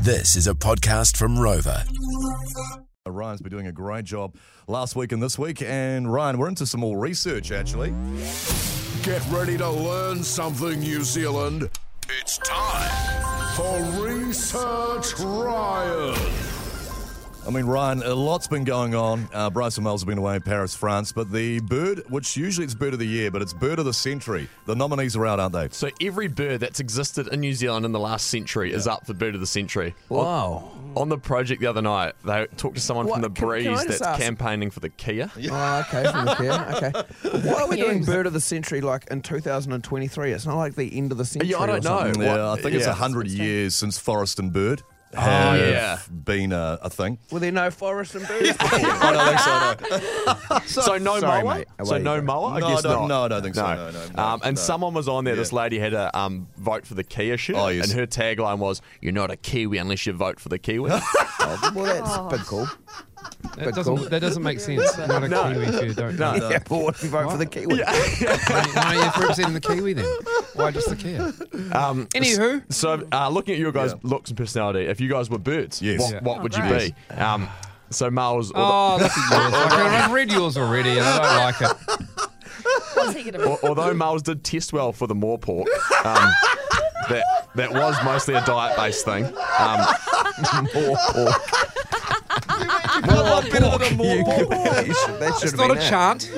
This is a podcast from Rover. Uh, Ryan's been doing a great job last week and this week. And Ryan, we're into some more research actually. Get ready to learn something, New Zealand. It's time for Research Ryan. I mean, Ryan, a lot's been going on. Uh, Bryson Wells has been away in Paris, France, but the bird, which usually it's bird of the year, but it's bird of the century. The nominees are out, aren't they? So every bird that's existed in New Zealand in the last century is up for bird of the century. Wow. On, on the project the other night, they talked to someone from the What- can- can I Breeze just that's ask- campaigning for the Kia. Oh, okay. From the fair. Okay. Why are we doing Bird of the Century like in 2023? It's not like the end of the century. I don't or know. something. What- Yeah, uh, I think it's yeah. Oh, it's hundred years since Forest and Bird have yeah. been a, a thing. Oh, Were there no forest and birds? I don't think so. No. So, no sorry, mower. mate. Away So you no go. mower. I No, I guess don't- not. no, I don't think so. No, no, no, um, and no. someone was on there. This Yeah. lady had a um, vote for the Kia shirt, Oh, yes. and her tagline was, "You're not a Kiwi unless you vote for the Kiwi." Oh, well, that's a bit cool. cool. That doesn't, that doesn't make sense. Not a No. Kiwi if you don't know. Yeah, but what if you vote for the Kiwi? Why why are you representing the Kiwi then? Why just the Kia? um, Anywho. so uh, looking at your guys' looks and personality, if you guys were birds, Yes. what, Yeah. what would you Oh, be? Um, so Miles, or the- Oh, look at yours. I can- I've read yours already and I don't like it. What's he gonna be? Al- although Miles did test well for the more pork, um, that that was mostly a diet based thing. Um, more pork. You should- that should It's not a it. chant.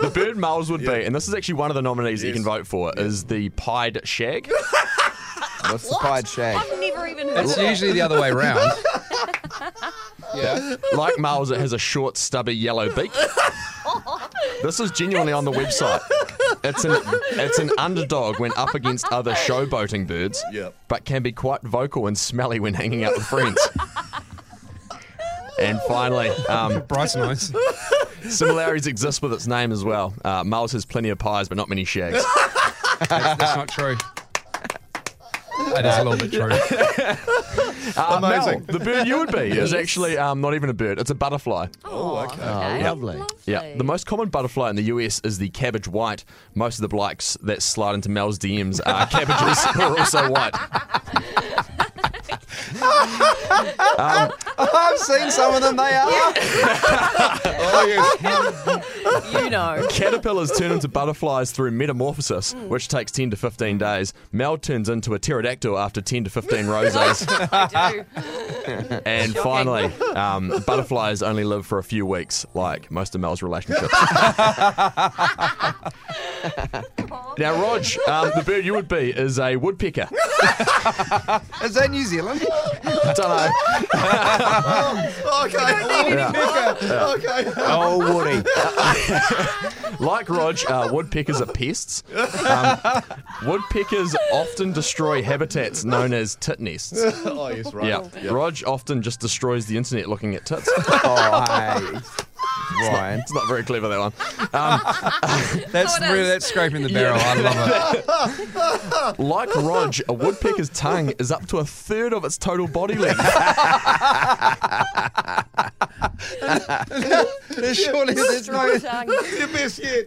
The bird Miles would be, and this is actually one of the nominees that you can vote for, is the pied shag. What's the pied shag? I've never even heard It's of it. usually the other way round. Yeah. Like Miles, it has a short, stubby yellow beak. This is genuinely on the website. It's an it's an underdog when up against other showboating birds, Yep. but can be quite vocal and smelly when hanging out with friends. And finally, um, Bryce knows. Similarities exist with its name as well. Uh, Miles has plenty of pies, but not many shags. That's not true. That is a little bit true. Uh, Mel, Amazing. the bird you would be is actually um, not even a bird; it's a butterfly. Oh, okay. lovely. Yeah, the most common butterfly in the US is the cabbage white. Most of the blikes that slide into Mel's DMs are cabbages who are also white. I've seen some of them. They are. you know. Caterpillars turn into butterflies through metamorphosis, which takes 10 to 15 days. Mel turns into a pterodactyl after 10 to 15 roses. I do. And finally, um, butterflies only live for a few weeks, like most of Mel's relationships. now, Rog, um, the bird you would be is a woodpecker. Is that New Zealand? I don't know. Okay. Oh, Woody. Like Rog, uh, woodpeckers are pests. Um, woodpeckers often destroy habitats known as tit nests. oh yes, right. Yeah. Rog often just destroys the internet looking at tits. Oh, hey. Ryan. it's not very clever, that one. That's Oh, it really, is. that's scraping the barrel. I love it. Like Rog, a woodpecker's tongue is up to a third of its total body length. Surely there's no. Tongue.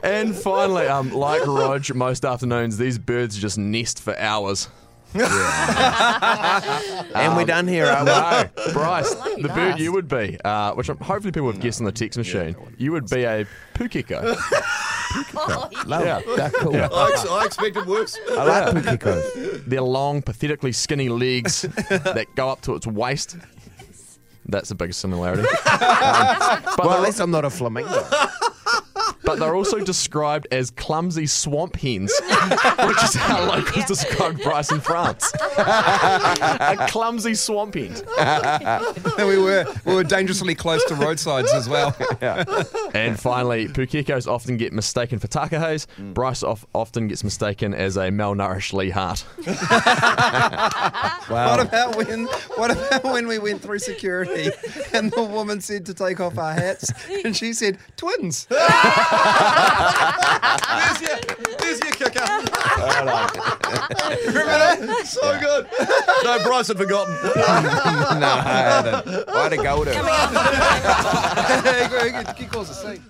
And finally, um, like Rog, most afternoons these birds just nest for hours. And we're done here, are we? No, Bryce, Bloody the bird nice. you would be, uh, which I'm, hopefully people would guess on the text machine, you would be a pukeko. Oh, yeah. That's cool. I, ex- I expected worse. I like Pukiko. Their long, pathetically skinny legs that go up to its waist. That's the biggest similarity. Um, but, Well, at they're, least I'm not a flamingo. but they're also described as clumsy swamp hens, which is how locals describe Bryce in France. a clumsy swamp hen. we were we were dangerously close to roadsides as well. And finally, Pukekos often get mistaken for Takahes. Bryce off, often gets mistaken as a malnourished Lee Hart. What Um, about when? What about when we went through security and the woman said to take off our hats, and she said twins. There's your, there's your kicker. Remember that? So good. No, Bryce had forgotten. no, I had a, I had a go at her. Coming up. Hey, go- go- go- cause a scene.